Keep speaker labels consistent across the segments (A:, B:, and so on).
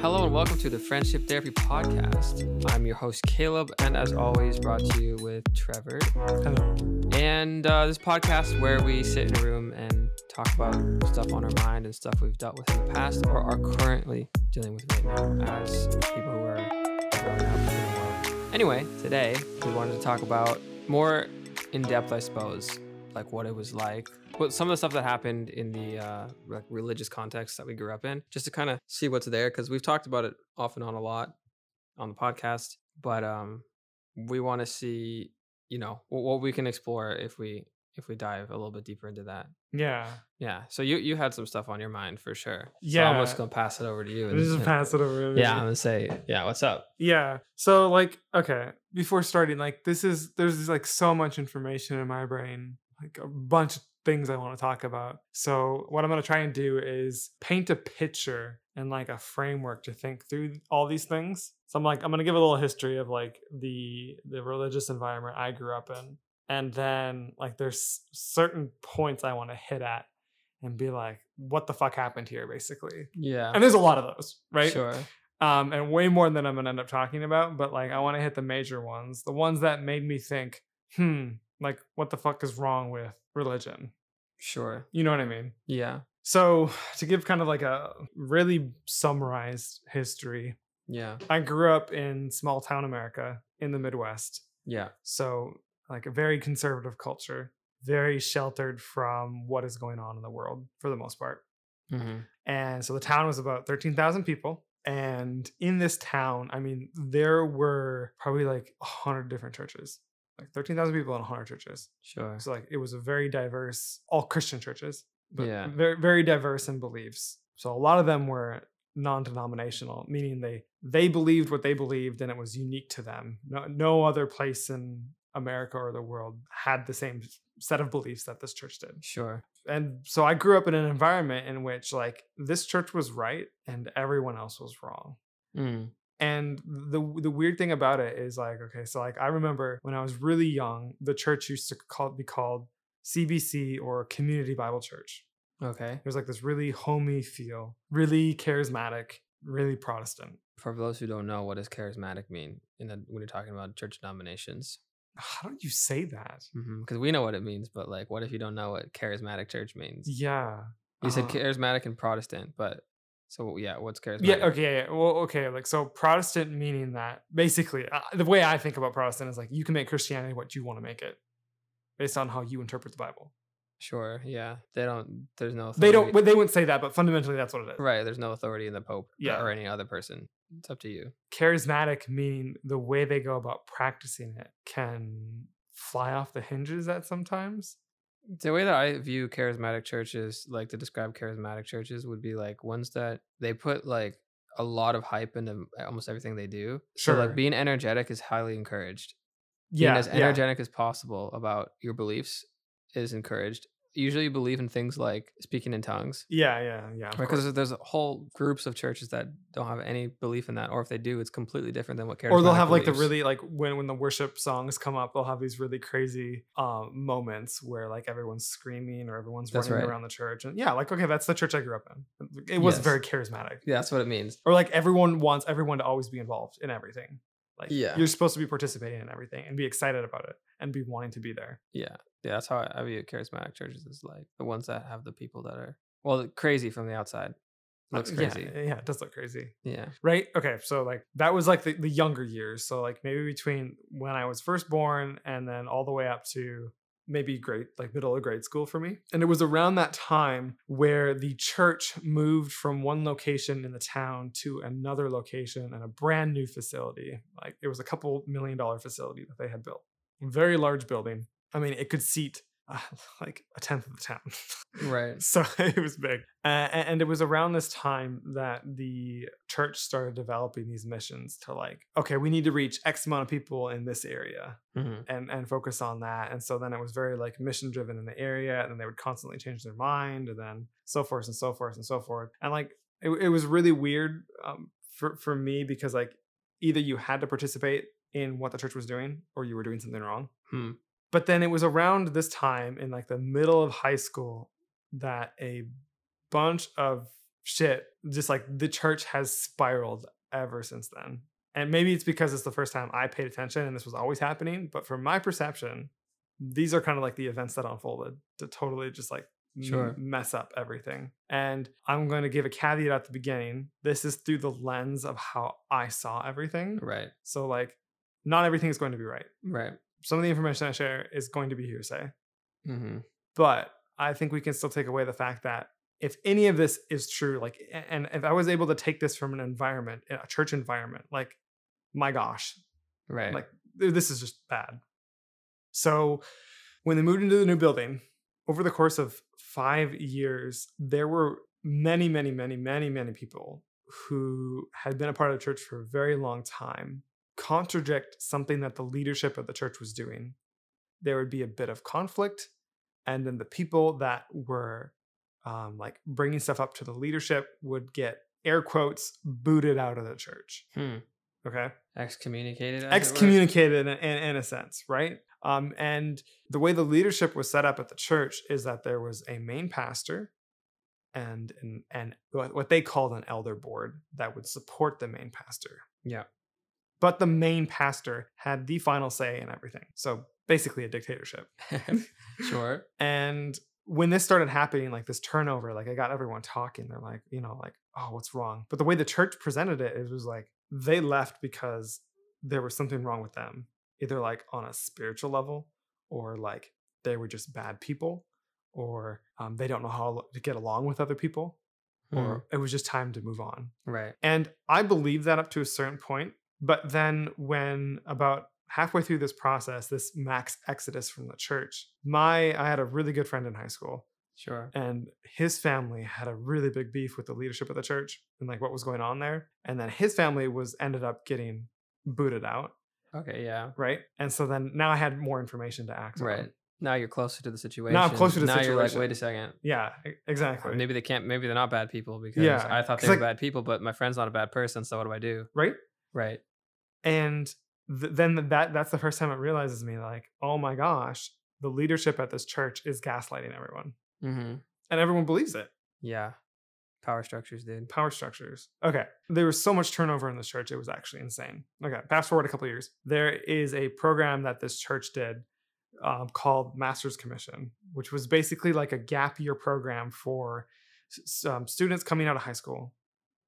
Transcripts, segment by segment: A: Hello and welcome to the Friendship Therapy Podcast. I'm your host, Caleb, and as always, brought to you with Trevor.
B: Hello.
A: And uh, this podcast where we sit in a room and talk about stuff on our mind and stuff we've dealt with in the past or are currently dealing with right now as people who are growing up in the world. Anyway, today we wanted to talk about more in depth, I suppose, like what it was like, what some of the stuff that happened in the uh, like religious context that we grew up in, just to kind of see what's there because we've talked about it off and on a lot on the podcast, but um, we want to see you know what, what we can explore if we if we dive a little bit deeper into that
B: Yeah.
A: yeah so you you had some stuff on your mind for sure so
B: Yeah.
A: i'm just gonna pass it over to you
B: Let's just pass it over. to
A: yeah i'm
B: me.
A: gonna say yeah what's up
B: Yeah. So like, okay, before starting, like this is there's like so much information in my brain, like a bunch of things I want to talk about. So what I'm gonna try and do is paint a picture and like a framework to think through all these things. So I'm like, I'm gonna give a little history of like the the religious environment I grew up in. And then like there's certain points I want to hit at and be like, what the fuck happened here, basically.
A: yeah
B: And there's a lot of those, right?
A: sure
B: um, and way more than I'm gonna end up talking about. But like, I want to hit the major ones, the ones that made me think, hmm, like, what the fuck is wrong with religion?
A: sure
B: You know what I mean?
A: yeah
B: So, to give kind of like a really summarized history,
A: yeah
B: I grew up in small town America in the Midwest.
A: yeah
B: So, like, a very conservative culture, very sheltered from what is going on in the world for the most part. Mm-hmm.
A: hmm
B: And so the town was about 13,000 people. And in this town, I mean, there were probably like 100 different churches, like 13,000 people in 100 churches.
A: sure
B: So, like, it was a very diverse, all Christian churches, but
A: Yeah.
B: very, very diverse in beliefs. So, a lot of them were non-denominational meaning they they believed what they believed and it was unique to them no, no other place in america or the world had the same set of beliefs that this church did
A: sure
B: and so I grew up in an environment in which like this church was right and everyone else was wrong.
A: mm.
B: And the the weird thing about it is like okay, so like I remember when I was really young, the church used to call, be called CBC or Community Bible Church.
A: okay
B: It was like this really homey feel, really charismatic, really Protestant.
A: for those who don't know what does charismatic mean in the, when you're talking about church denominations
B: How do you say that?
A: because we know what it means but like what if you don't know what charismatic church means
B: Yeah.
A: you said
B: uh,
A: charismatic and protestant but so yeah what's charismatic
B: Yeah. Okay. yeah, yeah. Well. Okay. Like so, Protestant meaning that basically uh, the way I think about Protestant is like you can make Christianity what you want to make it, based on how you interpret the Bible.
A: Sure. Yeah. They don't. There's no.
B: They don't.
A: authority-
B: well, They wouldn't say that, but fundamentally that's what it is.
A: right. There's no authority in the Pope.
B: Yeah.
A: Or any other person. It's up to you.
B: Charismatic meaning the way they go about practicing it can fly off the hinges at sometimes.
A: The way that I view charismatic churches, like to describe charismatic churches, would be like ones that they put like a lot of hype into almost everything they do. So
B: Sure.
A: like being energetic is highly encouraged.
B: Yeah.
A: Being as
B: yeah.
A: energetic as possible about your beliefs is encouraged. Usually, you believe in things like speaking in tongues.
B: Yeah. Yeah. Yeah. of course.
A: Because there's whole groups of churches that don't have any belief in that, or if they do, it's completely different than what charismatic.
B: or they'll have like the
A: believes.
B: really like when when the worship songs come up they'll have these really crazy um moments where like everyone's screaming or everyone's
A: That's
B: running
A: right.
B: around the church and yeah like okay that's the church i grew up in it was
A: Yes.
B: very charismatic
A: Yeah, that's what it means.
B: or like everyone wants everyone to always be involved in everything like
A: Yeah.
B: you're supposed to be participating in everything and be excited about it and be wanting to be there
A: Yeah, yeah, that's how I I view charismatic churches is like the ones that have the people that are well the- crazy from the outside.
B: Uh,
A: Looks
B: yeah,
A: crazy.
B: yeah, it does look crazy
A: Yeah.
B: right okay so like that was like the, the younger years so like maybe between when i was first born and then all the way up to maybe grade like middle of grade school for me and it was around that time where the church moved from one location in the town to another location and a brand new facility like it was a couple million dollar facility that they had built very large building i mean it could seat uh, like a tenth of the town
A: Right.
B: so it was big. Uh, a- and it was around this time that the church started developing these missions to like, okay, we need to reach X amount of people in this area
A: hmm
B: and, and focus on that. And so then it was very like mission driven in the area. And then they would constantly change their mind and then so forth and so forth and so forth. And like, it, it was really weird um, for, for me because like either you had to participate in what the church was doing or you were doing something wrong
A: Hmm.
B: but then it was around this time in like the middle of high school that a bunch of shit, just like the church has spiraled ever since then. And maybe it's because it's the first time I paid attention and this was always happening. But from my perception, these are kind of like the events that unfolded to totally just like m-
A: Sure.
B: mess up everything. And I'm going to give a caveat at the beginning. This is through the lens of how I saw everything.
A: Right.
B: So, like, not everything is going to be right.
A: Right.
B: Some of the information I share is going to be hearsay.
A: Mm-hmm.
B: But I think we can still take away the fact that if any of this is true, like, a- and if I was able to take this from an environment, a church environment, like, my gosh,
A: Right.
B: Like- th- this is just bad. So when they moved into the new building, over the course of five years, there were many, many, many, many, many people who had been a part of the church for a very long time contradict something that the leadership of the church was doing. There would be a bit of conflict. And then the people that were um, like bringing stuff up to the leadership would get air quotes booted out of the church.
A: hmm.
B: Okay
A: Excommunicated. as it were?
B: excommunicated in, in, in a sense, right? Um, and the way the leadership was set up at the church is that there was a main pastor and and, and what what they called an elder board that would support the main pastor.
A: Yeah.
B: But the main pastor had the final say in everything. So basically a dictatorship.
A: sure.
B: And when this started happening, like this turnover, like I got everyone talking. They're like, you know, like, oh, what's wrong? But the way the church presented it, it was like they left because there was something wrong with them, either like on a spiritual level or like they were just bad people or um, they don't know how to get along with other people
A: Mm-hmm.
B: or it was just time to move on.
A: Hmm. Right.
B: And I believe that up to a certain point. But then, when about halfway through this process, this max exodus from the church, my I had a really good friend in high school,
A: Sure.
B: and his family had a really big beef with the leadership of the church and like what was going on there. And then his family was ended up getting booted out,
A: Okay. Yeah.
B: right? And so then now I had more information to act on.
A: Right. Now you're closer to the situation.
B: closer to the
A: now you're like,
B: situation.
A: wait a second.
B: Yeah, e- exactly.
A: Maybe they can't. Maybe they're not bad people because
B: Yeah,
A: I thought they
B: 'cause
A: were
B: like-
A: bad people, but my friend's not a bad person. So what do I do?
B: Right?
A: Right.
B: and th- then th- that that's the first time it realizes me like oh my gosh the leadership at this church is gaslighting everyone
A: Mm-hmm.
B: and everyone believes it
A: Yeah. Power structures, dude.
B: power structures okay there was so much turnover in this church it was actually insane okay fast forward a couple years there is a program that this church did um, called master's commission which was basically like a gap year program for s- um, students coming out of high school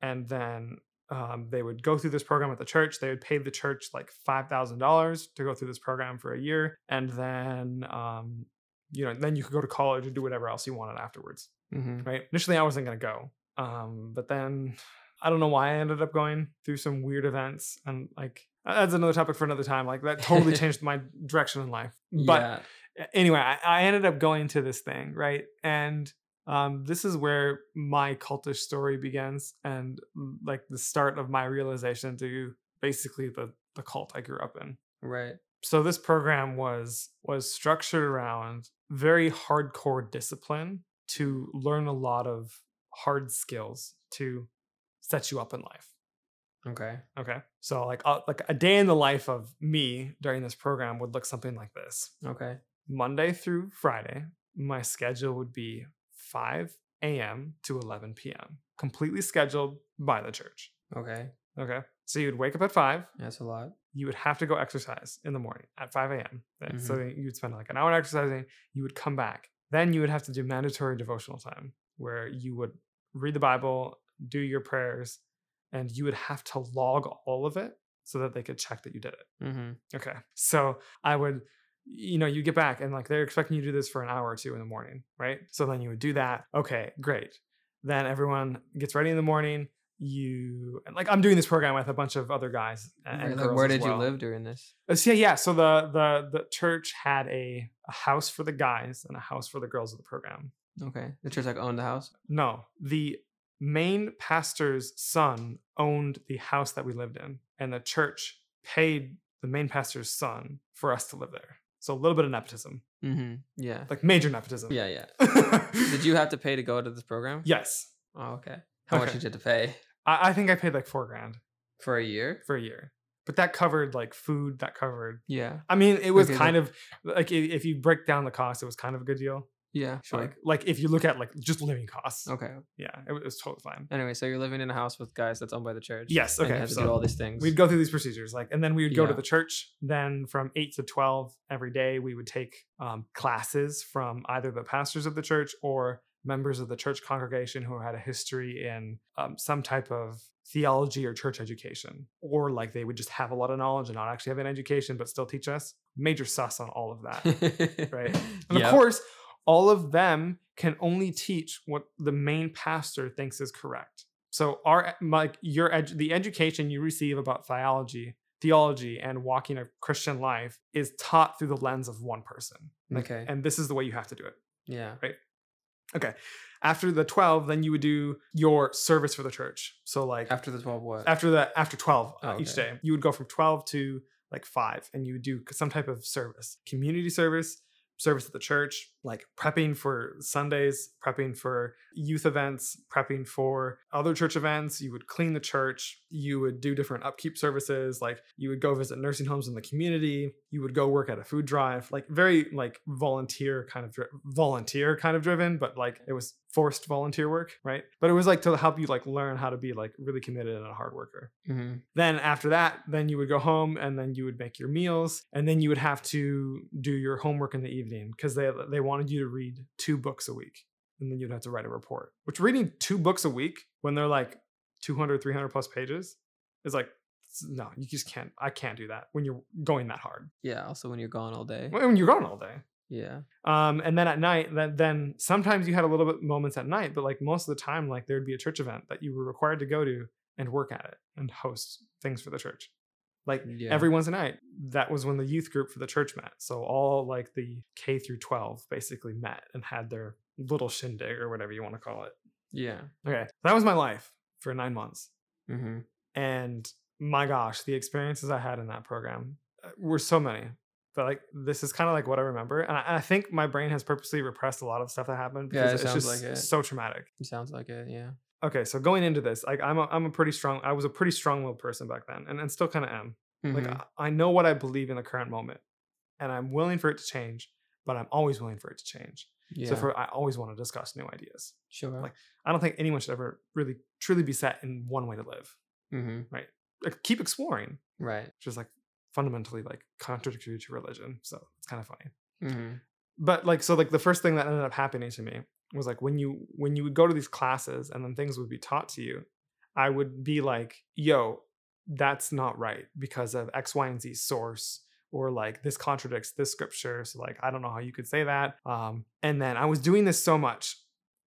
B: and then um, they would go through this program at the church. They would pay the church like five thousand dollars to go through this program for a year, and then um, you know, then you could go to college and do whatever else you wanted afterwards.
A: Mm-hmm.
B: Right? Initially, I wasn't gonna go, um, but then I don't know why I ended up going through some weird events and like that's another topic for another time. Like that totally changed my direction in life. But
A: yeah.
B: a- anyway, I, I ended up going to this thing, right? And um, this is where my cultish story begins and mm, like the start of my realization to basically the, the cult I grew up in.
A: Right.
B: So this program was was structured around very hardcore discipline to learn a lot of hard skills to set you up in life.
A: Okay.
B: Okay. So like uh, like a day in the life of me during this program would look something like this.
A: Okay.
B: Monday through Friday, my schedule would be 5 a.m. to 11 p.m., completely scheduled by the church.
A: Okay.
B: Okay. So you'd wake up at 5.
A: That's a lot.
B: You would have to go exercise in the morning at 5 a.m. Then- So
A: Mm-hmm.
B: you'd spend like an hour exercising. You would come back. Then you would have to do mandatory devotional time where you would read the Bible, do your prayers, and you would have to log all of it so that they could check that you did it.
A: Mm-hmm.
B: Okay. So I would, you know, you get back and like they're expecting you to do this for an hour or two in the morning, right? So then you would do that. Okay, great. Then everyone gets ready in the morning. You and like I'm doing this program with a bunch of other guys a- and,
A: Like,
B: girls
A: where
B: as
A: did
B: well.
A: you live during this?
B: Uh, So yeah, yeah. So the the the church had a, a house for the guys and a house for the girls of the program.
A: Okay. The church like owned the house.
B: No, the main pastor's son owned the house that we lived in, and the church paid the main pastor's son for us to live there. So a little bit of nepotism,
A: Mm-hmm. Yeah.
B: like major nepotism.
A: yeah. Yeah.
B: Yeah.
A: Did you have to pay to go to this program?
B: Yes,
A: Oh, okay. How much
B: Okay.
A: did you have to pay
B: I, I think I paid like four grand
A: for a year?
B: for a year, but that covered like food. That covered.
A: Yeah.
B: I mean, it was
A: Okay, that-
B: kind of like i- if you break down the cost, it was kind of a good deal.
A: Yeah. Sure.
B: Like, like if you look at like just living costs.
A: okay.
B: Yeah, it was, it was totally fine.
A: Anyway, so you're living in a house with guys that's owned by the church.
B: Yes.
A: And you
B: Okay.
A: have to do
B: So
A: all these things.
B: we'd go through these procedures, like, and then we would go to
A: Yeah.
B: the church. Then from eight to twelve every day, we would take um, classes from either the pastors of the church or members of the church congregation who had a history in um, some type of theology or church education, or like they would just have a lot of knowledge and not actually have an education but still teach us. Major sus on all of that. Right. And
A: Yep.
B: of course, all of them can only teach what the main pastor thinks is correct. So our like your edu- the education you receive about theology, theology and walking a Christian life is taught through the lens of one person. Like,
A: Okay.
B: And this is the way you have to do it.
A: Yeah.
B: After the 12, then you would do your service for the church. So like
A: After the 12, what?
B: after the after 12 uh,
A: Oh,
B: each
A: okay.
B: day you would go from 12 to like 5 and you would do some type of service community service service at the church like prepping for sundays prepping for youth events prepping for other church events you would clean the church you would do different upkeep services like you would go visit nursing homes in the community you would go work at a food drive like very like volunteer kind of dri- volunteer kind of driven but like it was forced volunteer work right but it was like to help you like learn how to be like really committed and a hard worker
A: hmm
B: then after that then you would go home and then you would make your meals and then you would have to do your homework in the evening because they they wanted you to read two books a week and then you'd have to write a report which reading two books a week when they're like 200 300 plus pages is like s- no you just can't i can't do that when you're going that hard
A: Yeah. Also, when you're gone all day.
B: when you're gone all day
A: Yeah.
B: um, and then at night, then, then sometimes you had a little bit moments at night, but like most of the time, like there'd be a church event that you were required to go to and work at it and host things for the church. Like
A: Yeah.
B: every Wednesday night, that was when the youth group for the church met. So all like the K through 12 basically met and had their little shindig or whatever you want to call it.
A: Yeah.
B: Okay. That was my life for nine months.
A: hmm
B: And my gosh, the experiences I had in that program uh, were so many. But like this is kind of like what I remember, and I, and I think my brain has purposely repressed a lot of stuff that happened
A: Yeah,
B: because
A: it
B: it's
A: sounds
B: just
A: like it.
B: so traumatic.
A: It sounds like it. Yeah.
B: Okay, so going into this, like I'm a, I'm a pretty strong, I was a pretty strong-willed person back then, and, and still kind of am.
A: Mhm.
B: Like uh, I, I know what I believe in the current moment, and I'm willing for it to change, but I'm always willing for it to change.
A: yeah.
B: So for I always want to discuss new ideas.
A: sure.
B: like- I don't think anyone should ever really truly be set in one way to live.
A: hmm
B: Like, keep exploring.
A: Right.
B: which is like fundamentally like contradictory to religion. So it's kind of funny.
A: hmm
B: But like so like the first thing that ended up happening to me was like when you when you would go to these classes and then things would be taught to you, I would be like, yo, that's not right because of X, Y, and Z source. Or like this contradicts this scripture. So like I don't know how you could say that. Um, and then I was doing this so much.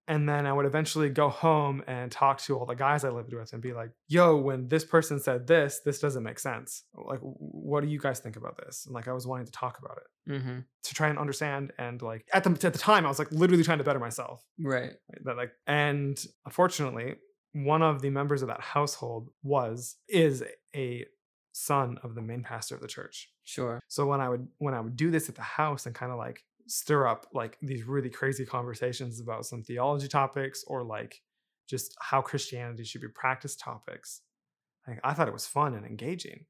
B: And then I would eventually go home and talk to all the guys I lived with and be like, yo, when this person said this, this doesn't make sense. Like, w- what do you guys think about this? And like I was wanting to talk about it
A: hmm
B: to try and understand and like at the at the time I was like literally trying to better myself.
A: Right.
B: Right? That like and unfortunately, one of the members of that household was is a son of the main pastor of the church.
A: Sure.
B: So when I would when I would do this at the house and kind of like stir up like these really crazy conversations about some theology topics or like just how Christianity should be practiced topics. Like I thought it was fun and engaging.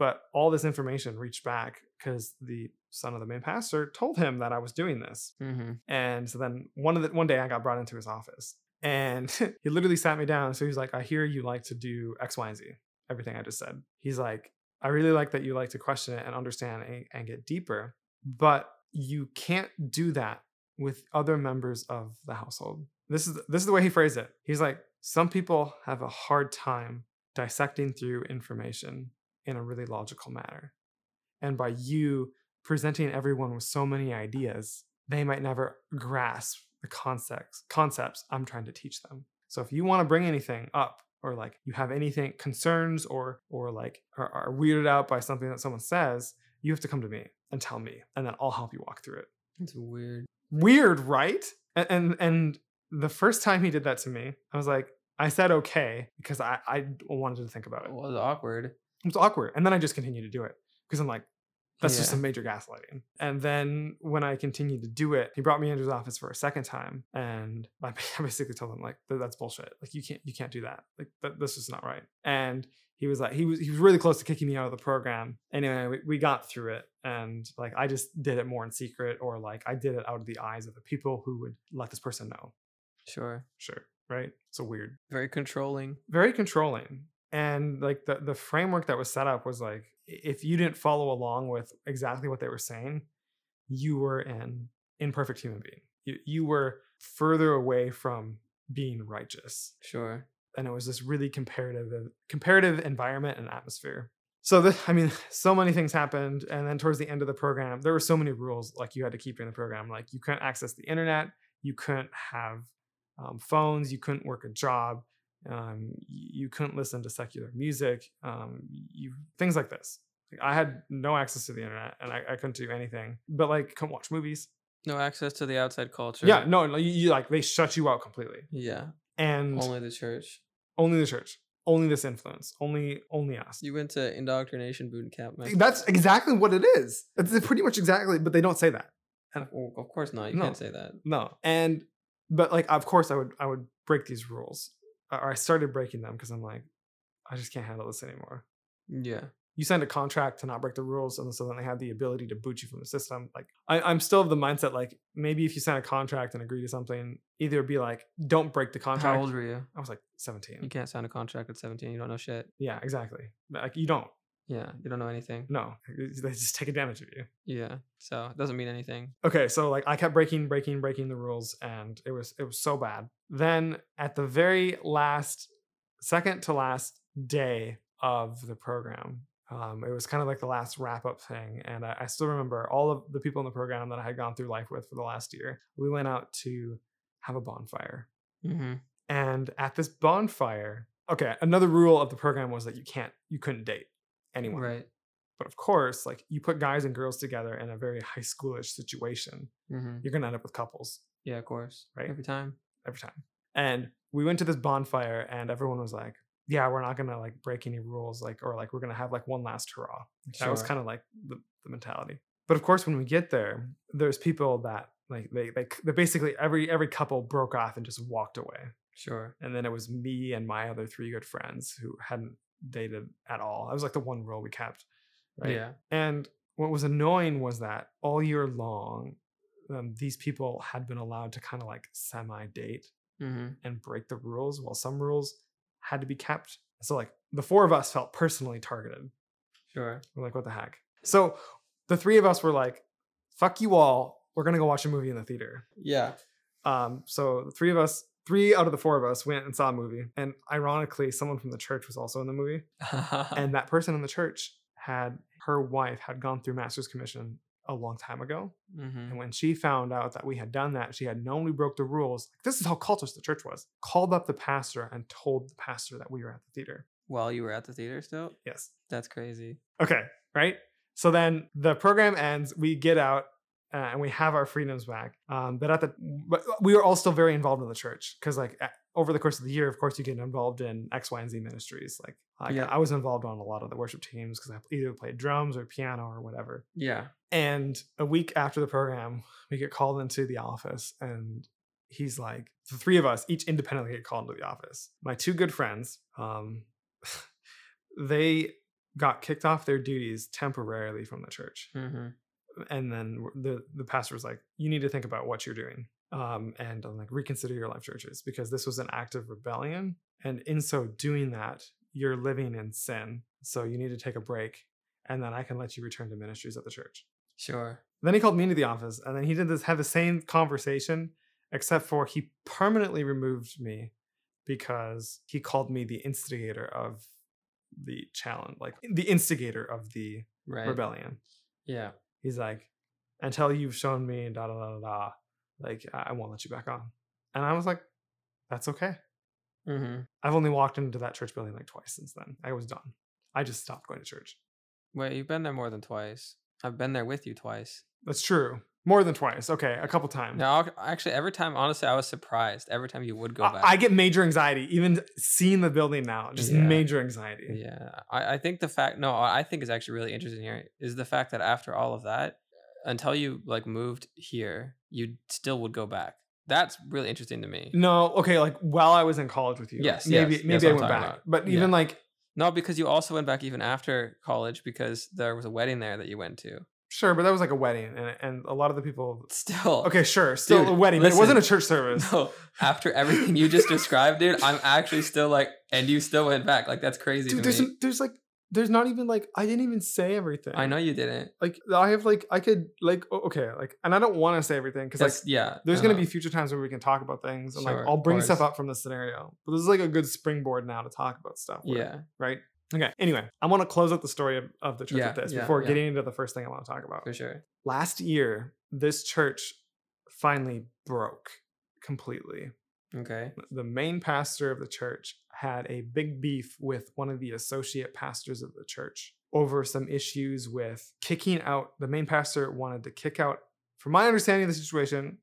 B: But all this information reached back because the son of the main pastor told him that I was doing this.
A: hmm
B: And so then one of the one day I got brought into his office and he literally sat me down. So he's like, I hear you like to do X, Y, and Z, everything I just said. He's like, I really like that you like to question it and understand and, and get deeper, but you can't do that with other members of the household. This is this is the way he phrased it. He's like, some people have a hard time dissecting through information in a really logical manner. And by you presenting everyone with so many ideas, they might never grasp the concepts concepts I'm trying to teach them. So if you want to bring anything up or like you have anything concerns or or like are, are weirded out by something that someone says, you have to come to me and tell me and then I'll help you walk through it.
A: It's weird.
B: Weird, right? And and, and the first time he did that to me, I was like I said okay because I, I wanted to think about it.
A: It was awkward.
B: It was awkward. And then I just continued to do it because I'm like, That's just
A: Yeah.
B: some major gaslighting. And then when I continued to do it, he brought me into his office for a second time, and I basically told him like, "Th- "That's bullshit. Like, you can't, you can't do that. Like, that, this is not right." And he was like, he was, he was really close to kicking me out of the program. Anyway, we, we got through it, and like, I just did it more in secret, or like, I did it out of the eyes of the people who would let this person know.
A: Sure.
B: Sure, right? So weird
A: Very controlling.
B: very controlling and like the, the framework that was set up was like i- if you didn't follow along with exactly what they were saying you were an imperfect human being you, you were further away from being righteous
A: Sure.
B: and it was this really comparative comparative environment and atmosphere so this, i mean so many things happened and then towards the end of the program there were so many rules like you had to keep in the program like you couldn't access the internet you couldn't have um, phones you couldn't work a job um, y- you couldn't listen to secular music um, you things like this like, i had no access to the internet and I, I couldn't do anything but like couldn't watch movies
A: No access to the outside culture.
B: yeah no no, you, you like they shut you out completely
A: Yeah.
B: and
A: Only the church.
B: only the church only this influence only only us
A: You went to indoctrination boot camp. man.
B: that's exactly what it is it's pretty much exactly but they don't say that
A: Well, of course not. You
B: No.
A: can't say that.
B: no and but like of course i would i would break these rules Uh, or i started breaking them because i'm like i just can't handle this anymore
A: Yeah.
B: you signed a contract to not break the rules and so then they had the ability to boot you from the system like I, i'm still of the mindset like maybe if you sign a contract and agree to something either be like don't break the contract
A: How old were you?
B: i was like
A: You
B: 17
A: can't sign a contract at 17. You don't know shit.
B: yeah exactly like you don't
A: Yeah. You don't know anything.
B: no they just take advantage of you
A: Yeah. So it doesn't mean anything.
B: okay so like i kept breaking breaking breaking the rules and it was it was so bad then at the very last second to last day of the program um, it was kind of like the last wrap up thing and I, I still remember all of the people in the program that i had gone through life with for the last year we went out to have a bonfire
A: Mm-hmm.
B: and at this bonfire okay another rule of the program was that you can't you couldn't date anyone
A: Right.
B: but of course like you put guys and girls together in a very high schoolish situation
A: Mm-hmm.
B: you're gonna end up with couples
A: Yeah, of course.
B: Right.
A: Every time.
B: every time. And we went to this bonfire, and everyone was like, "Yeah, we're not gonna like break any rules, like or like we're gonna have like one last hurrah." Like, That was
A: Sure.
B: kind of like the, the mentality. But of course, when we get there, there's people that like they they, c- they basically every every couple broke off and just walked away,
A: Sure.
B: and then it was me and my other three good friends who hadn't dated at all. That was like the one rule we kept. Right.
A: Yeah.
B: And what was annoying was that all year long, um, these people had been allowed to kind of like semi date
A: Mm-hmm.
B: and break the rules while some rules had to be kept. So like the four of us felt personally targeted.
A: Sure.
B: We're like, what the heck? So the three of us were like, fuck you all. We're gonna go watch a movie in the theater.
A: Yeah.
B: Um, so the three of us, three out of the four of us went and saw a movie. And ironically, someone from the church was also in the movie. And that person in the church had her wife had gone through master's commission a long time ago.
A: mm-hmm.
B: And when she found out that we had done that, she had known we broke the rules. This is how cultish the church was. Called up the pastor and told the pastor that we were at the theater.
A: While you were at the theater still?
B: Yes.
A: That's crazy.
B: Okay. Right. So then the program ends. We get out uh, and we have our freedoms back. Um, but at the but we were all still very involved in the church because like a- over the course of the year, of course, you get involved in X, Y, and Z ministries. Like I,
A: Yeah.
B: I was involved on a lot of the worship teams because I either played drums or piano or whatever.
A: Yeah.
B: And a week after the program, we get called into the office, and he's like, the three of us each independently get called into the office. My two good friends, um, they got kicked off their duties temporarily from the church,
A: Mm-hmm.
B: and then the the pastor was like, "You need to think about what you're doing, um, and um, like reconsider your life, churches, because this was an act of rebellion, and in so doing that, you're living in sin. So you need to take a break, and then I can let you return to ministries at the church."
A: Sure.
B: Then he called me into the office, and then he did this have the same conversation, except for he permanently removed me because he called me the instigator of the challenge, like the instigator of the
A: Right.
B: rebellion.
A: Yeah.
B: He's like, until you've shown me da da da da, da, like I I won't let you back on. And I was like, that's okay.
A: Mm-hmm.
B: I've only walked into that church building like twice since then. I was done. I just stopped going to church.
A: Wait, you've been there more than twice. I've been there with you twice.
B: That's true. More than twice. Okay, a couple times.
A: No, I'll- actually, every time, honestly, I was surprised. Every time you would go back.
B: I, I get major anxiety even seeing the building now. Just
A: Yeah.
B: major anxiety.
A: yeah, I, I think the fact. No, what I think is actually really interesting here is the fact that after all of that, until you like moved here, you still would go back. That's really interesting to me.
B: No, okay, like while I was in college with you.
A: Yes,
B: maybe
A: yes,
B: maybe
A: yes,
B: I
A: I'm
B: went
A: talking
B: back,
A: about.
B: but
A: Yeah.
B: even like
A: No, because you also went back even after college because there was a wedding there that you went to.
B: sure, but that was like a wedding, and and a lot of the people.
A: Still.
B: Okay, sure, still a
A: Dude,
B: wedding, but it wasn't a
A: listen.
B: church service.
A: No, after everything you just described, dude, I'm actually still like, and you still went back. Like that's crazy
B: Dude,
A: to
B: there's
A: me.
B: n- there's like there's not even like I didn't even say everything.
A: I know you didn't.
B: Like I have like I could like o- okay like and I don't want to say everything because like
A: That's- yeah,
B: there's
A: I
B: gonna
A: know.
B: be future times where we can talk about things and
A: Uh-huh. Sure, of
B: like I'll bring stuff
A: course.
B: up from the scenario. But this is like a good springboard now to talk about stuff. with,
A: yeah.
B: Right. Okay. Anyway, I want to close out the story of, of the church
A: Yeah,
B: with this
A: yeah,
B: before
A: yeah.
B: getting into the first thing I want to talk about.
A: for sure.
B: Last year, this church finally broke completely.
A: Okay.
B: The main pastor of the church had a big beef with one of the associate pastors of the church over some issues with kicking out. The main pastor wanted to kick out, from my understanding of the situation,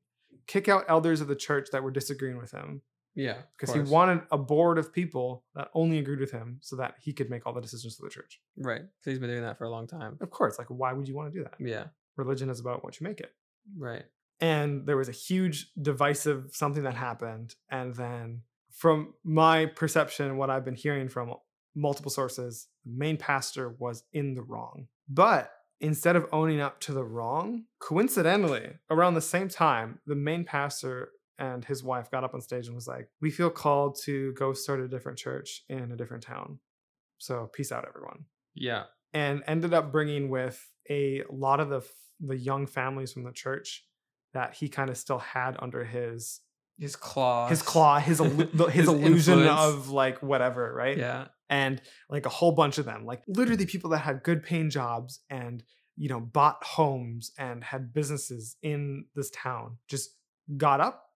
B: kick out elders of the church that were disagreeing with him
A: Yeah. of
B: because he
A: course.
B: wanted a board of people that only agreed with him so that he could make all the decisions for the church.
A: Right. So he's been doing that for a long time.
B: Of course, like, why would you want to do that?
A: Yeah.
B: Religion is about what you make it.
A: Right.
B: and there was a huge divisive something that happened and then from my perception what i've been hearing from multiple sources the main pastor was in the wrong but instead of owning up to the wrong coincidentally around the same time the main pastor and his wife got up on stage and was like we feel called to go start a different church in a different town so peace out everyone
A: Yeah.
B: and ended up bringing with a lot of the f- the young families from the church that he kind of still had under his
A: His claw.
B: his claw his illu- the- his,
A: His
B: illusion
A: influence.
B: of like whatever right
A: Yeah.
B: and like a whole bunch of them like literally people that had good paying jobs and you know bought homes and had businesses in this town just got up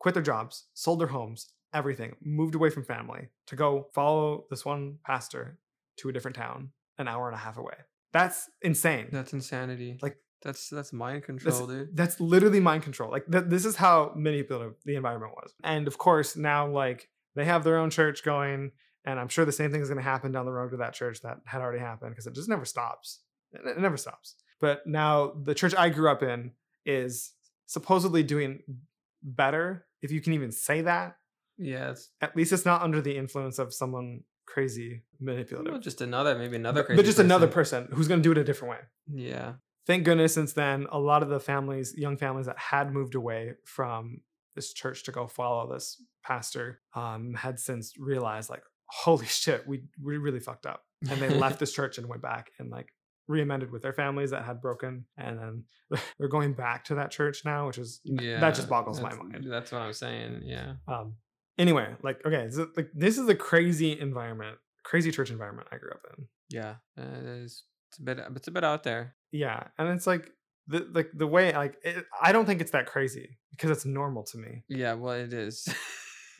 B: quit their jobs sold their homes everything moved away from family to go follow this one pastor to a different town an hour and a half away that's insane
A: That's insanity.
B: Like-
A: that's that's mind control, dude.
B: that's literally mind control. Like th- this is how manipulative the environment was. And of course, now like they have their own church going, and I'm sure the same thing is going to happen down the road to that church that had already happened because it just never stops. It, it never stops. But now the church I grew up in is supposedly doing better, if you can even say that.
A: Yeah. It's
B: At least it's not under the influence of someone crazy manipulative.
A: well, just another, maybe another
B: But-
A: crazy.
B: but just another person who's going to do it a different way
A: Yeah.
B: thank goodness since then a lot of the families young families that had moved away from this church to go follow this pastor um, had since realized like holy shit we, we really fucked up and they left this church and went back and like reamended with their families that had broken and then they're going back to that church now which is
A: Yeah.
B: that just boggles my
A: that's-
B: mind
A: That's what I'm saying. Yeah.
B: um anyway like okay so, like this is a crazy environment crazy church environment i grew up in
A: Yeah. Uh, it is. It's a bit. It's a bit out there.
B: yeah and it's like the like the way like it, i don't think it's that crazy because it's normal to me
A: Yeah. Well, it is.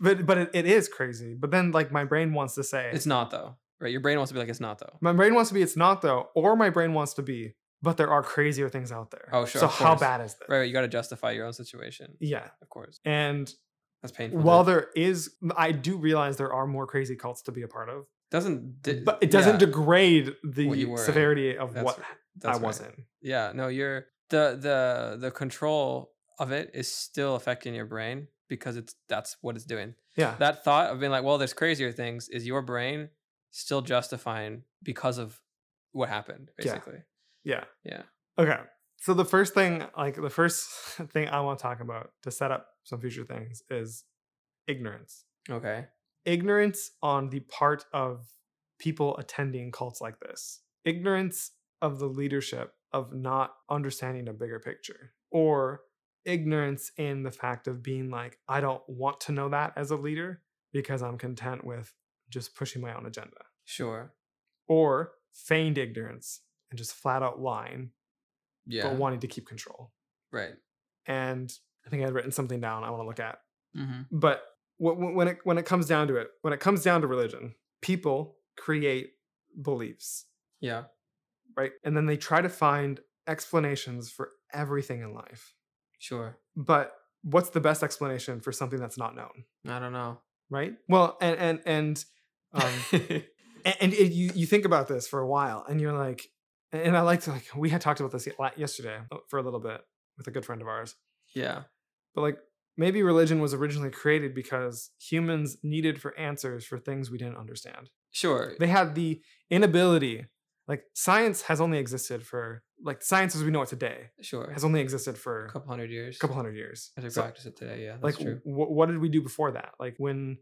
B: but but it, it is crazy but then like my brain wants to say
A: it's not though. Right. Your brain wants to be like it's not though.
B: my brain wants to be it's not though or my brain wants to be but there are crazier things out there
A: Oh, sure,
B: so
A: of
B: how
A: course.
B: bad is this
A: Right. right, You got to justify your own situation.
B: yeah
A: Of course.
B: and
A: That's painful.
B: while
A: dude.
B: there is i do realize there are more crazy cults to be a part of
A: doesn't. di-
B: but it doesn't
A: yeah,
B: degrade
A: What you
B: the
A: were in.
B: severity of
A: That's
B: what
A: right,
B: i
A: that's right.
B: was in
A: yeah no you're the the the control of it is still affecting your brain because it's that's what it's doing
B: yeah
A: that thought of being like well there's crazier things is your brain still justifying because of what happened
B: Yeah.
A: basically
B: Yeah.
A: Yeah.
B: Okay. So the first thing, like the first thing I want to talk about to set up some future things is ignorance.
A: okay
B: Ignorance on the part of people attending cults like this. Ignorance of the leadership of not understanding a bigger picture or ignorance in the fact of being like I don't want to know that as a leader because I'm content with just pushing my own agenda
A: sure
B: or feigned ignorance and just flat out lying
A: yeah
B: but wanting to keep control.
A: right
B: And I think I had written something down I want to look at.
A: mm-hmm.
B: But wh- wh- when it when it comes down to it, when it comes down to religion, people create beliefs,
A: yeah
B: right? And then they try to find explanations for everything in life.
A: Sure.
B: But what's the best explanation for something that's not known,
A: I don't know.
B: right? Well, and and and um, and, and it, you you think about this for a while, and you're like, and I like to like we had talked about this ye- la- yesterday uh, for a little bit with a good friend of ours,
A: yeah.
B: but like maybe religion was originally created because humans needed for answers for things we didn't understand.
A: Sure.
B: They had the inability, like science has only existed for like science as we know it today
A: Sure.
B: has only existed for
A: A
B: a
A: couple hundred years.
B: couple hundred years.
A: As they
B: So,
A: practice it today. Yeah.
B: like
A: That's
B: w-
A: true.
B: what did we do before that like when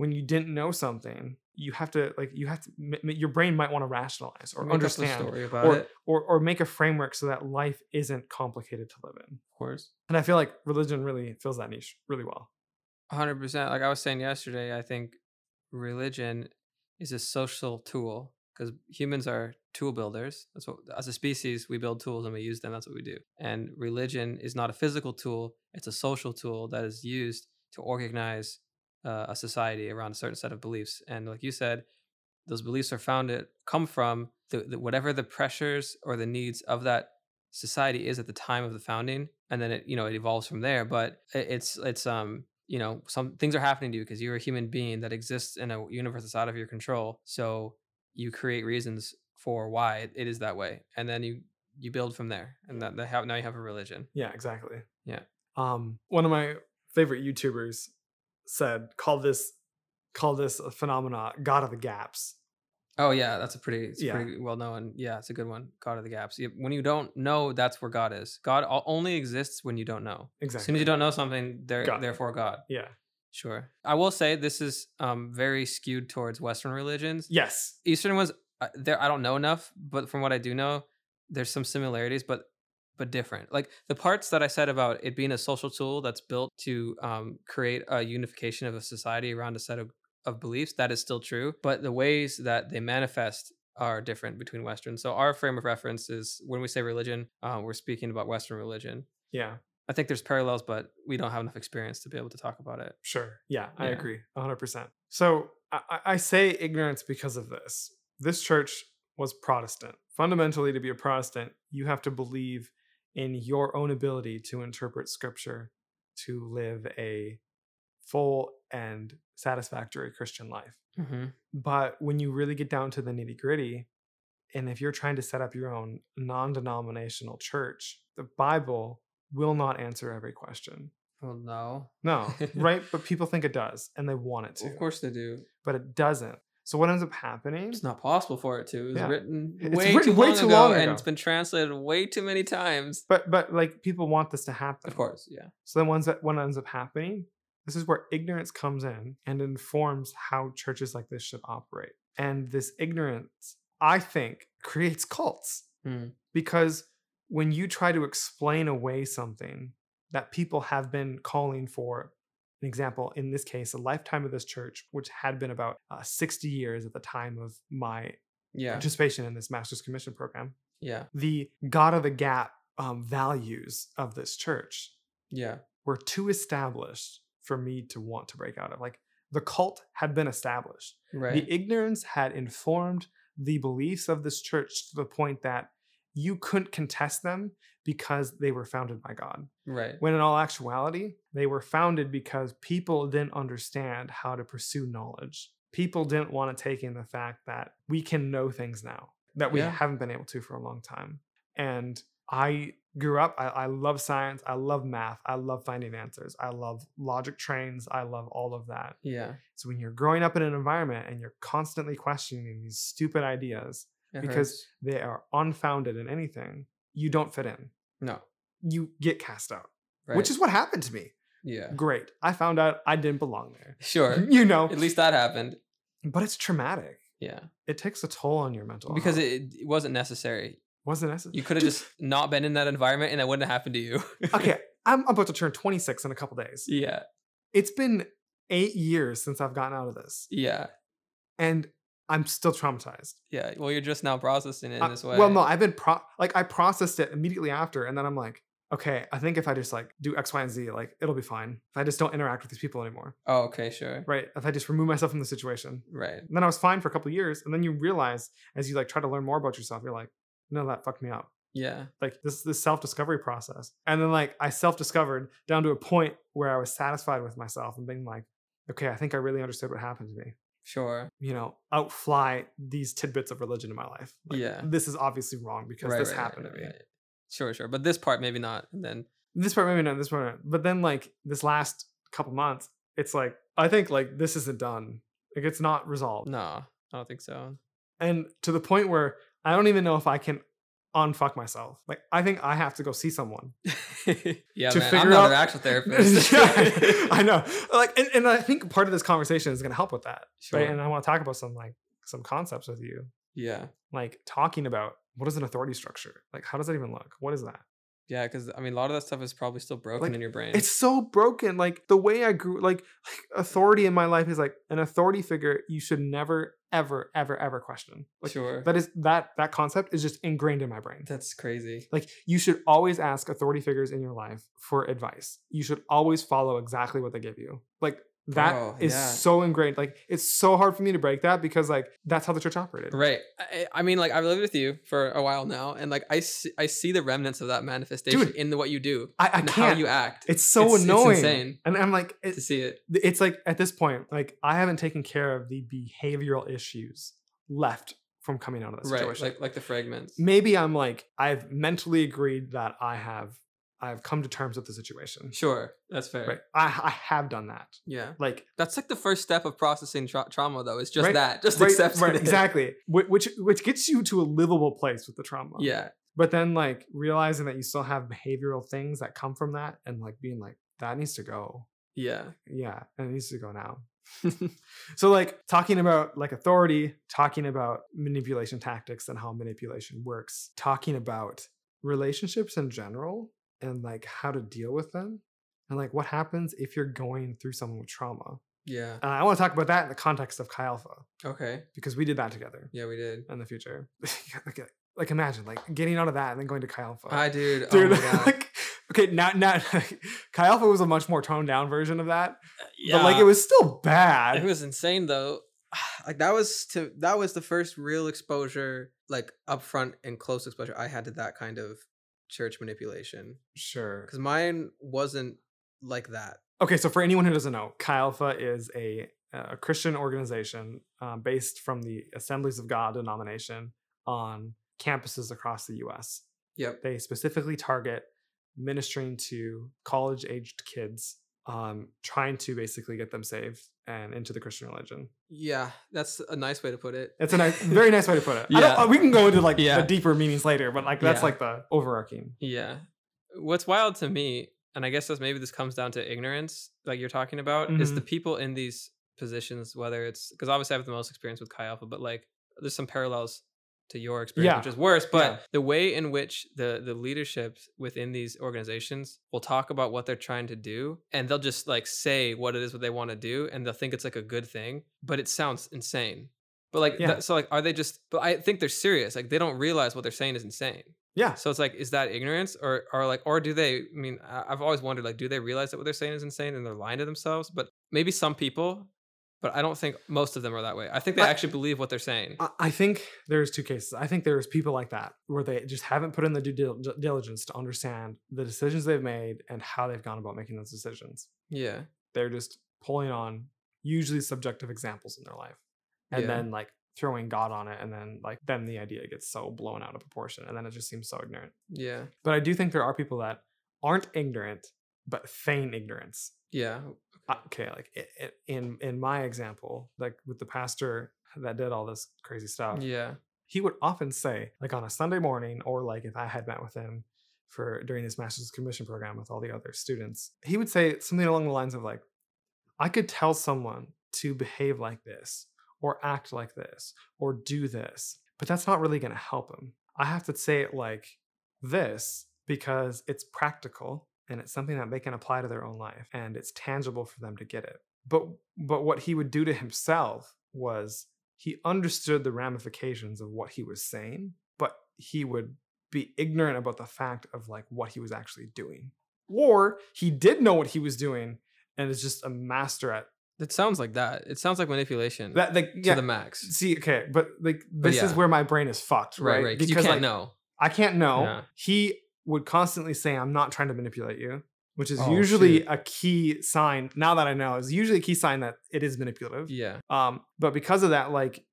B: when you didn't know something you have to like you have to m- m- your brain might want to rationalize or
A: Make up a
B: understand
A: story about
B: or,
A: it. Of
B: or or make a framework so that life isn't complicated to live in
A: course.
B: and i feel like religion really fills that niche really well
A: hundred percent. Like I was saying yesterday, I think religion is a social tool because humans are tool builders. That's what, as a species, we build tools and we use them. That's what we do. And religion is not a physical tool; it's a social tool that is used to organize uh, a society around a certain set of beliefs. And like you said, those beliefs are founded come from the, the, whatever the pressures or the needs of that society is at the time of the founding and then it you know it evolves from there but i- it's it's um you know some things are happening to you because you're a human being that exists in a universe that's out of your control so you create reasons for why it, it is that way and then you you build from there and that, that how, now you have a religion
B: yeah exactly
A: Yeah.
B: um one of my favorite youtubers said call this call this a phenomena god of the gaps
A: oh yeah that's a pretty it's
B: Yeah.
A: pretty well known yeah it's a good one god of the gaps Yeah, when you don't know that's where god is god o- only exists when you don't know As soon
B: exactly
A: as you don't know something, there
B: God.
A: therefore God.
B: yeah
A: Sure. I will say this is um, very skewed towards Western religions.
B: yes
A: Eastern ones, uh, there I don't know enough, but from what I do know, there's some similarities, but but different. Like the parts that I said about it being a social tool that's built to um, create a unification of a society around a set of, of beliefs, that is still true. But the ways that they manifest are different between Western. So our frame of reference is when we say religion, uh, we're speaking about Western religion.
B: yeah
A: I think there's parallels, but we don't have enough experience to be able to talk about it.
B: Sure. Yeah, I
A: Yeah.
B: agree. 100%. So I, I- I say ignorance because of this. This church was Protestant. Fundamentally, to be a Protestant, you have to believe in your own ability to interpret scripture to live a full and satisfactory Christian life.
A: Mm-hmm.
B: But when you really get down to the nitty gritty, and if you're trying to set up your own non denominational church, the Bible will not answer every question.
A: Well, no.
B: No, right? But people think it does and they want it to.
A: Of course they do.
B: But it doesn't. So what ends up happening?
A: It's not possible for it to. It was
B: Yeah.
A: written
B: It's
A: way,
B: written
A: too,
B: way
A: long
B: too
A: ago,
B: long
A: and
B: ago.
A: it's been translated way too many times.
B: But but like people want this to happen.
A: Of course, yeah.
B: So then ones that what ends up happening, this is where ignorance comes in and informs how churches like this should operate. And this ignorance, I think, creates cults.
A: Mm.
B: Because when you try to explain away something that people have been calling for, an example, in this case, the lifetime of this church, which had been about uh, 60 years at the time of my
A: Yeah.
B: participation in this master's commission program,
A: yeah.
B: the God of the Gap um, values of this church
A: Yeah.
B: were too established for me to want to break out of. Like the cult had been established,
A: Right.
B: the ignorance had informed the beliefs of this church to the point that you couldn't contest them because they were founded by God.
A: right.
B: When in all actuality, they were founded because people didn't understand how to pursue knowledge. People didn't want to take in the fact that we can know things now that we
A: Yeah.
B: haven't been able to for a long time. And I grew up, I, I love science, I love math, I love finding answers, I love logic trains, I love all of that.
A: Yeah.
B: So when you're growing up in an environment and you're constantly questioning these stupid ideas,
A: It
B: Because-
A: hurts.
B: they are unfounded in anything, you don't fit in.
A: no.
B: You get cast out,
A: Right.
B: which is what happened to me
A: yeah.
B: great. I found out I didn't belong there.
A: Sure.
B: You know,
A: At least that happened.
B: but it's traumatic.
A: Yeah.
B: It takes a toll on your mental
A: Because
B: health.
A: it, it wasn't necessary.
B: wasn't necessary.
A: You could have just not been in that environment, and that wouldn't have happened to you.
B: okay. I'm about to turn 26 in a couple days.
A: yeah.
B: It's been eight years since I've gotten out of this,
A: Yeah.
B: and I'm still traumatized.
A: Yeah. Well, you're just now processing it in
B: I-
A: this way.
B: Well, no, I've been pro- like I processed it immediately after, and then I'm like, okay, I think if I just like do X, Y, and Z, like it'll be fine. If I just don't interact with these people anymore,
A: Oh, okay. Sure.
B: right? If I just remove myself from the situation,
A: Right.
B: And then I was fine for a couple of years. And then you realize as you like try to learn more about yourself, you're like, no, that fucked me up.
A: Yeah.
B: like this this self-discovery process and then like i self-discovered down to a point where i was satisfied with myself and being like okay i think i really understood what happened to me
A: Sure.
B: you know outfly these tidbits of religion in my life Like,
A: Yeah.
B: this is obviously wrong because
A: Right,
B: this
A: right, right,
B: happened
A: right,
B: to me
A: right. Sure, sure. But this part maybe not. And then
B: this part maybe not this part not. but then like this last couple months it's like i think like this isn't done like it's not resolved
A: no, I don't think so.
B: and to the point where i don't even know if i can unfuck myself like i think i have to go see someone
A: yeah,
B: To
A: man. I'm
B: figure
A: not
B: out-
A: an actual therapist.
B: yeah, I know. Like, and, and I think part of this conversation is going to help with that,
A: Sure.
B: right? And I want to talk about some like some concepts with you,
A: yeah.
B: like talking about what is an authority structure, like how does that even look? What is that?
A: Yeah, because I mean, a lot of that stuff is probably still broken
B: Like,
A: in your brain.
B: It's so broken. Like the way I grew, like, like authority in my life is like an authority figure you should never, ever, ever, ever question. Like
A: sure.
B: that is that that concept is just ingrained in my brain.
A: That's crazy.
B: Like you should always ask authority figures in your life for advice. You should always follow exactly what they give you. Like that is
A: Bro, Oh, yeah.
B: so ingrained. Like it's so hard for me to break that because like that's how the church operated.
A: Right. I, I mean, like I've lived with you for a while now, and like I see, I see the remnants of that manifestation
B: Dude,
A: in the, what you do
B: I, I
A: and how
B: can't.
A: you act.
B: it's so
A: it's- it's
B: annoying.
A: insane.
B: And I'm like, it-
A: to see it.
B: it's like at this point, like I haven't taken care of the behavioral issues left from coming out of that
A: Right.
B: situation.
A: Like like the fragments.
B: Maybe I'm like I've mentally agreed that I have I've come to terms with the situation.
A: Sure. That's fair.
B: Right. I, I have done that.
A: Yeah.
B: Like
A: That's like the first step of processing tra- trauma, though. It's just
B: Right,
A: that, just
B: right,
A: accepting
B: right,
A: it.
B: exactly Wh- which which gets you to a livable place with the trauma
A: Yeah.
B: but then like realizing that you still have behavioral things that come from that and like being like that needs to go
A: Yeah.
B: yeah and it needs to go now so like talking about like authority talking about manipulation tactics and how manipulation works talking about relationships in general and like how to deal with them and like what happens if you're going through someone with trauma
A: yeah.
B: and i want to talk about that in the context of chi alpha
A: Okay.
B: because we did that together
A: Yeah, we did.
B: in the future. like, uh, like imagine like getting out of that and then going to Chi Alpha.
A: I dude.
B: Dude,
A: oh my God.
B: like okay, now now Chi Alpha was a much more toned down version of that,
A: yeah.
B: but like it was still bad.
A: It was insane though. Like that was to that was the first real exposure, like upfront and close exposure I had to that kind of church manipulation.
B: sure.
A: Because mine wasn't like that.
B: Okay, so for anyone who doesn't know, Chi Alpha is a a Christian organization uh, based from the Assemblies of God denomination on campuses across the U.S.
A: Yep.
B: They specifically target ministering to college aged kids, um, trying to basically get them saved and into the Christian religion.
A: Yeah, that's a nice way to put it.
B: It's a nice, very nice way to put it. I don't-
A: Yeah.
B: uh, we can go into like
A: Yeah.
B: the deeper meanings later, but like that's
A: Yeah.
B: like the overarching.
A: Yeah. What's wild to me, and I guess this maybe this comes down to ignorance, like you're talking about, is the
B: Mm-hmm.
A: people in these positions, whether it's because obviously I have the most experience with Chi Alpha, but like there's some parallels to your experience,
B: Yeah.
A: which is worse. But
B: Yeah.
A: the way in which the the leadership within these organizations will talk about what they're trying to do, and they'll just like say what it is what they want to do, and they'll think it's like a good thing, but it sounds insane. But like,
B: Yeah.
A: that, so like, are they just? But I think they're serious. Like they don't realize what they're saying is insane.
B: Yeah.
A: So it's like, is that ignorance, or or like, or do they? I mean, I- I've always wondered, like, do they realize that what they're saying is insane and they're lying to themselves? But maybe some people, but I don't think most of them are that way. I think they
B: I-
A: actually believe what they're saying.
B: I- I think there's two cases. I think there's people like that where they just haven't put in the due dil- diligence to understand the decisions they've made and how they've gone about making those decisions.
A: yeah.
B: they're just pulling on usually subjective examples in their life and
A: Yeah.
B: then like throwing god on it and then like then the idea gets so blown out of proportion and then it just seems so ignorant
A: Yeah.
B: but i do think there are people that aren't ignorant but feign ignorance
A: Yeah.
B: Uh, okay like i i in in my example like with the pastor that did all this crazy stuff
A: Yeah.
B: he would often say like on a sunday morning or like if i had met with him for during this master's commission program with all the other students he would say something along the lines of like i could tell someone to behave like this or act like this or do this but that's not really going to help them i have to say it like this because it's practical and it's something that they can apply to their own life and it's tangible for them to get it but but what he would do to himself was he understood the ramifications of what he was saying but he would be ignorant about the fact of like what he was actually doing or he did know what he was doing and is just a master at
A: It sounds like that. It sounds like manipulation
B: that like
A: to
B: yeah
A: the max.
B: see okay but like this is
A: yeah.
B: where my brain is fucked
A: Right.
B: right,
A: Right. 'cause you can't
B: like
A: know.
B: I can't know.
A: Yeah.
B: He would constantly say, I'm not trying to manipulate you, which is
A: Oh,
B: usually
A: shoot.
B: a key sign. Now that I know, is usually a key sign that it is manipulative.
A: Yeah.
B: Um, but because of that, like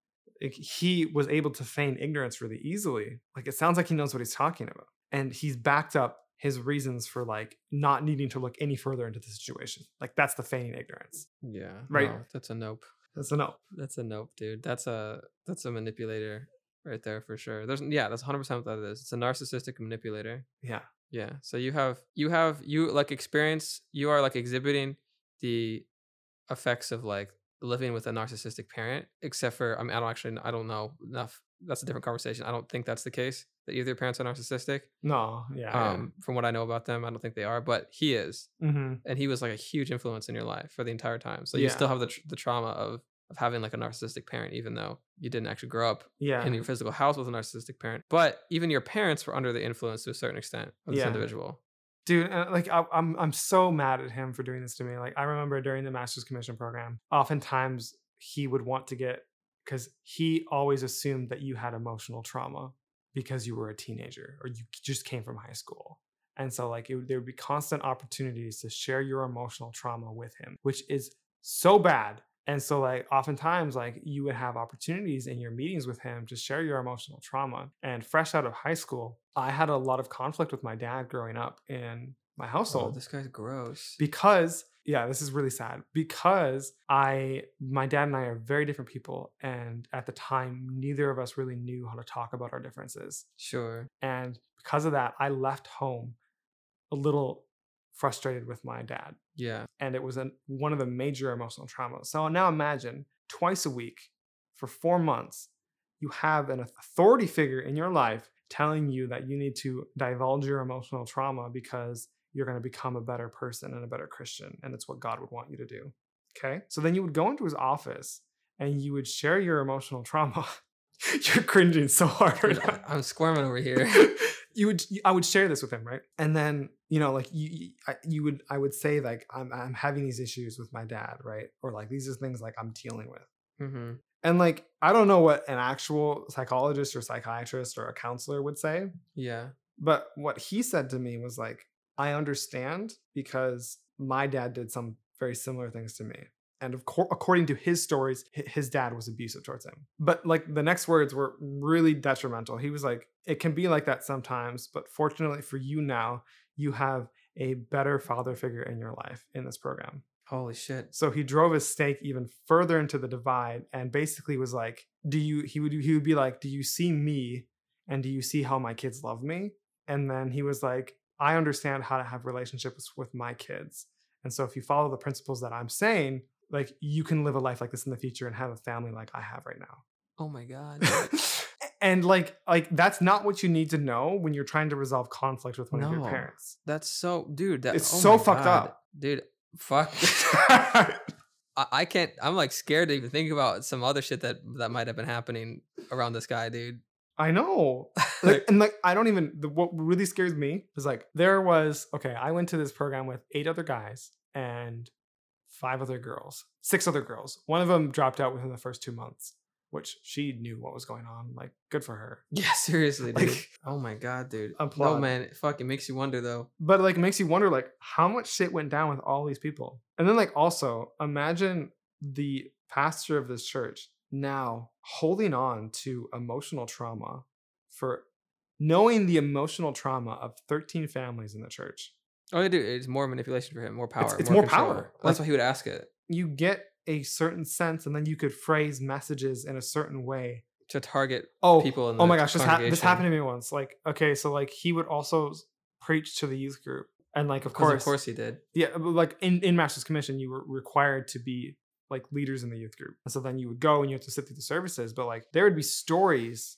B: like, he was able to feign ignorance really easily. Like it sounds like he knows what he's talking about. And he's backed up his reasons for like not needing to look any further into the situation. Like that's the feigning ignorance.
A: Yeah.
B: Right.
A: no, that's a nope.
B: That's a no.
A: That's a nope, dude. That's a that's a manipulator right there for sure. There's yeah, that's 100 percent what that is. It's a narcissistic manipulator.
B: Yeah.
A: Yeah. So you have you have you like experience you are like exhibiting the effects of like living with a narcissistic parent. Except for I mean I don't actually I don't know enough. That's a different conversation. I don't think that's the case that either your parents are narcissistic.
B: No. Yeah.
A: Um, from what I know about them, I don't think they are. But he is
B: hmm
A: and he was like a huge influence in your life for the entire time. So you
B: Yeah.
A: still have the tr- the trauma of of having like a narcissistic parent, even though you didn't actually grow up
B: Yeah.
A: in your physical house with a narcissistic parent. But even your parents were under the influence to a certain extent of this
B: Yeah.
A: individual.
B: dude and, like I, i'm i'm so mad at him for doing this to me like i remember during the master's commission program oftentimes he would want to get because he always assumed that you had emotional trauma because you were a teenager or you just came from high school and so like it, would- there would be constant opportunities to share your emotional trauma with him which is so bad and so like oftentimes like you would have opportunities in your meetings with him to share your emotional trauma and fresh out of high school i had a lot of conflict with my dad growing up in my
A: So
B: household
A: Oh, this guy's gross.
B: because yeah this is really sad because i my dad and i are very different people and at the time neither of us really knew how to talk about our differences
A: sure.
B: and because of that i left home a little frustrated with my dad
A: Yeah.
B: and it was an, one of the major emotional traumas so now imagine twice a week for four months you have an authority figure in your life telling you that you need to divulge your emotional trauma because you're going to become a better person and a better Christian. And it's what God would want you to do. Okay. So then you would go into his office and you would share your emotional trauma. you're cringing so hard.
A: Dude,
B: right now.
A: I- I'm squirming over here.
B: you would you- I would share this with him, right? And then you know, like you you- I, you would I would say like I'm I'm having these issues with my dad, right? Or like these are things like I'm dealing with.
A: hmm
B: And like I don't know what an actual psychologist or psychiatrist or a counselor would say,
A: Yeah.
B: but what he said to me was like, I understand because my dad did some very similar things to me. And of course, according to his stories, hi- his dad was abusive towards him. But like the next words were really detrimental. He was like, it can be like that sometimes, but fortunately for you now, you have a better father figure in your life in this program.
A: Holy shit.
B: So he drove his stake even further into the divide and basically was like, "Do you?" He would he would be like, "Do you see me? And do you see how my kids love me?" And then he was like, "I understand how to have relationships with my kids, and so if you follow the principles that I'm saying." Like you can live a life like this in the future and have a family like I have right now,
A: Oh my god.
B: and like like that's not what you need to know when you're trying to resolve conflict with one of your
A: No.
B: parents.
A: That's so, dude. That,
B: It's
A: oh
B: so
A: my
B: fucked
A: God.
B: up.
A: dude. Fuck. I, I can't. I'm like scared to even think about some other shit that that might have been happening around this guy, dude.
B: I know like, and like I don't even the, what really scares me is like there was okay I went to this program with eight other guys and five other girls six other girls one of them dropped out within the first two months which she knew what was going on like good for her
A: Yeah, seriously, dude.
B: Like,
A: oh my god, dude. No
B: applaud.
A: man, it fucking makes you wonder though.
B: but like it makes you wonder like how much shit went down with all these people and then like also imagine the pastor of this church now holding on to emotional trauma for knowing the emotional trauma of 13 families in the church
A: Oh, dude, it's more manipulation for him, more power.
B: it's more
A: control.
B: power.
A: That's
B: Like-
A: why he would ask it
B: you get a certain sense and then you could phrase messages in a certain way
A: to target
B: oh
A: people. In the
B: oh my gosh this, hap this
A: congregation.
B: happened to me once like okay so like he would also s- preach to the youth group and like of
A: 'Cause
B: course
A: Of course, he did.
B: yeah uh, but, like in, in master's commission you were required to be like leaders in the youth group and so then you would go and you have to sit through the services but like there would be stories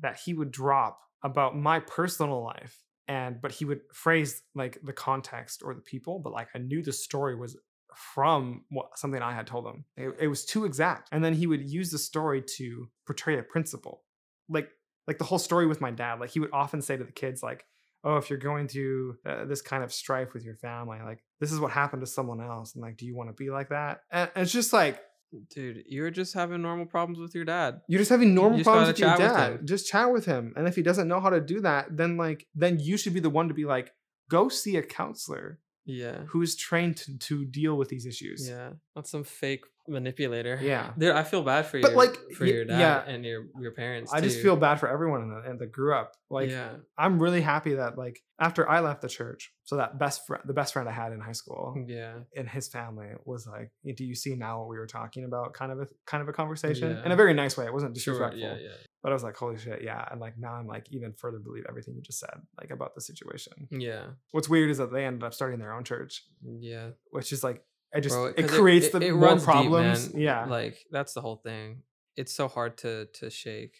B: that he would drop about my personal life and but he would phrase like the context or the people but like i knew the story was from what something i had told him it, it was too exact and then he would use the story to portray a principle like like the whole story with my dad like he would often say to the kids like oh if you're going through uh, this kind of strife with your family like this is what happened to someone else and like do you want to be like that and, and it's just like
A: Dude, you were just having normal problems with your dad.
B: You're just having normal
A: just
B: problems
A: gotta
B: with your
A: chat with
B: dad.
A: him.
B: just chat with him. And if he doesn't know how to do that, then like then you should be the one to be like, go see a counselor
A: Yeah.
B: who's trained to, to deal with these issues.
A: Yeah. Not some fake manipulator.
B: Yeah.
A: Dude, I feel bad for
B: But,
A: your
B: like,
A: for
B: y-
A: your dad
B: yeah.
A: and your your parents.
B: I just
A: too.
B: feel bad for everyone in the, and that grew up. Like
A: yeah.
B: I'm really happy that like after I left the church, so that best friend, the best friend I had in high school,
A: Yeah.
B: and his family was like, "Do you see now what we were talking about?" Kind of a kind of a conversation in
A: Yeah.
B: a very nice way. It wasn't
A: Sure.
B: disrespectful,
A: Yeah. Yeah.
B: but I was like, "Holy shit, yeah!" And like now I'm like even further believe everything you just said like about the situation.
A: Yeah.
B: What's weird is that they ended up starting their own church,
A: Yeah.
B: which is like I just
A: Bro,
B: it
A: 'cause
B: creates
A: it-
B: the
A: it
B: more
A: runs deep,
B: problems.
A: man.
B: yeah,
A: Like that's the whole thing. It's so hard to to shake.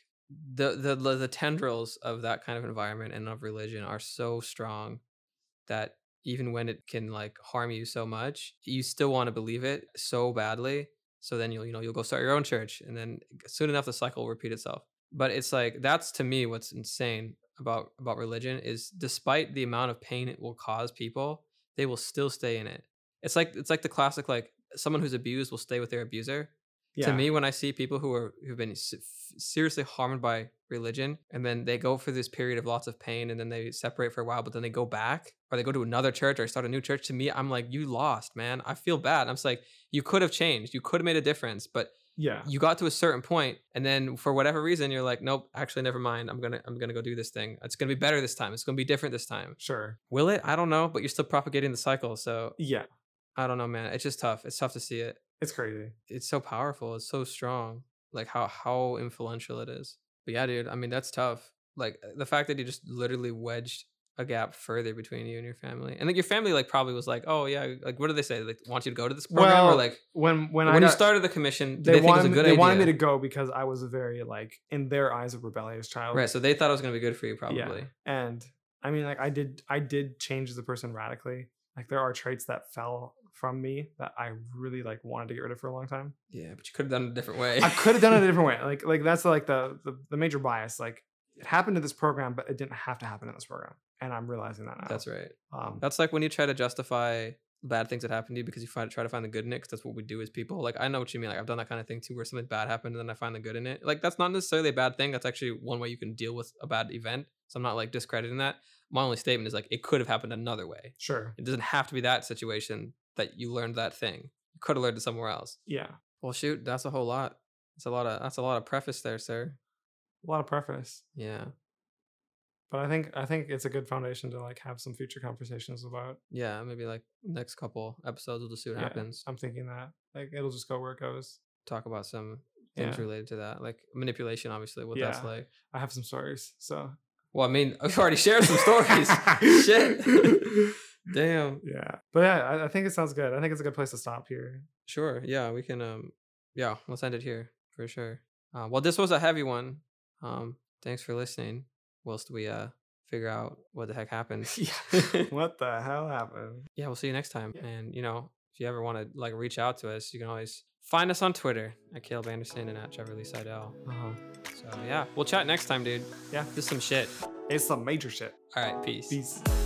A: The the the the tendrils of that kind of environment and of religion are so strong that even when it can like harm you so much, you still want to believe it so badly. So then you'll you know you'll go start your own church, and then soon enough the cycle will repeat itself. But it's like that's to me what's insane about about religion is despite the amount of pain it will cause people, they will still stay in it. It's like it's like the classic like someone who's abused will stay with their abuser.
B: yeah.
A: To me, when I see people who are who've been se- f- seriously harmed by religion, and then they go through this period of lots of pain, and then they separate for a while, but then they go back, or they go to another church, or start a new church. To me, I'm like, you lost, man. I feel bad. I'm just like, you could have changed, you could have made a difference, but
B: yeah,
A: you got to a certain point and then for whatever reason you're like nope actually never mind i'm gonna i'm gonna go do this thing it's gonna be better this time it's gonna be different this time
B: sure,
A: will it i don't know but you're still propagating the cycle so
B: yeah,
A: i don't know man it's just tough it's tough to see it
B: it's crazy.
A: it's so powerful it's so strong like how how influential it is but yeah dude i mean that's tough like the fact that you just literally wedged a gap further between you and your family and like your family like probably was like oh yeah like what do they say like want you to go to this program or
B: Well,
A: like
B: When when,
A: when,
B: I
A: you
B: got-
A: started the commission did
B: they,
A: they, think it was
B: wanted
A: a
B: me-
A: good
B: they
A: idea
B: wanted me to go because I was a very like in their eyes a rebellious child.
A: Right, so they thought it was gonna be good for you, probably.
B: And I mean, like I did, I did change as a person radically. Like there are traits that fell from me that I really like wanted to get rid of for a long time.
A: Yeah, but you could have done it a different way.
B: I could have done it a different way. Like like that's like the, the the major bias. Like it happened to this program, but it didn't have to happen in this program. And I'm realizing that now.
A: That's right.
B: Um,
A: That's like when you try to justify bad things that happened to you because you find, try to find the good in it. 'cause that's what we do as people. Like I know what you mean. Like I've done that kind of thing too, where something bad happened and then I find the good in it. Like that's not necessarily a bad thing. That's actually one way you can deal with a bad event. So I'm not like discrediting that. My only statement is like it could have happened another way.
B: sure.
A: It doesn't have to be that situation that you learned that thing. You could have learned it somewhere else.
B: Yeah.
A: Well, shoot, that's a whole lot. That's a lot of that's a lot of preface there, sir.
B: A lot of preface,
A: Yeah.
B: but I think I think it's a good foundation to like have some future conversations about.
A: Yeah, maybe like next couple episodes we'll just see what
B: Yeah.
A: happens.
B: I'm thinking that like it'll just go where it goes.
A: Talk about some things
B: Yeah.
A: related to that, like manipulation, obviously, what that's
B: Yeah.
A: like.
B: I have some stories, so
A: Well, I mean, I've already shared some stories. Shit. Damn.
B: Yeah, but yeah, I, I think it sounds good. I think it's a good place to stop here.
A: Sure. Yeah, we can. Um. Yeah, let's end it here for sure. Uh, well, this was a heavy one. Um. Thanks for listening. Whilst we uh figure out what the heck happened. Yeah.
B: What the hell happened?
A: yeah, we'll see you next time.
B: Yeah.
A: And you know, if you ever want to like reach out to us, you can always find us on Twitter at Caleb Anderson and at Trevor Lee Seidel.
B: Oh,
A: So yeah, we'll chat next time, dude.
B: Yeah.
A: Just some shit.
B: it's some major shit.
A: All right, peace.
B: Peace.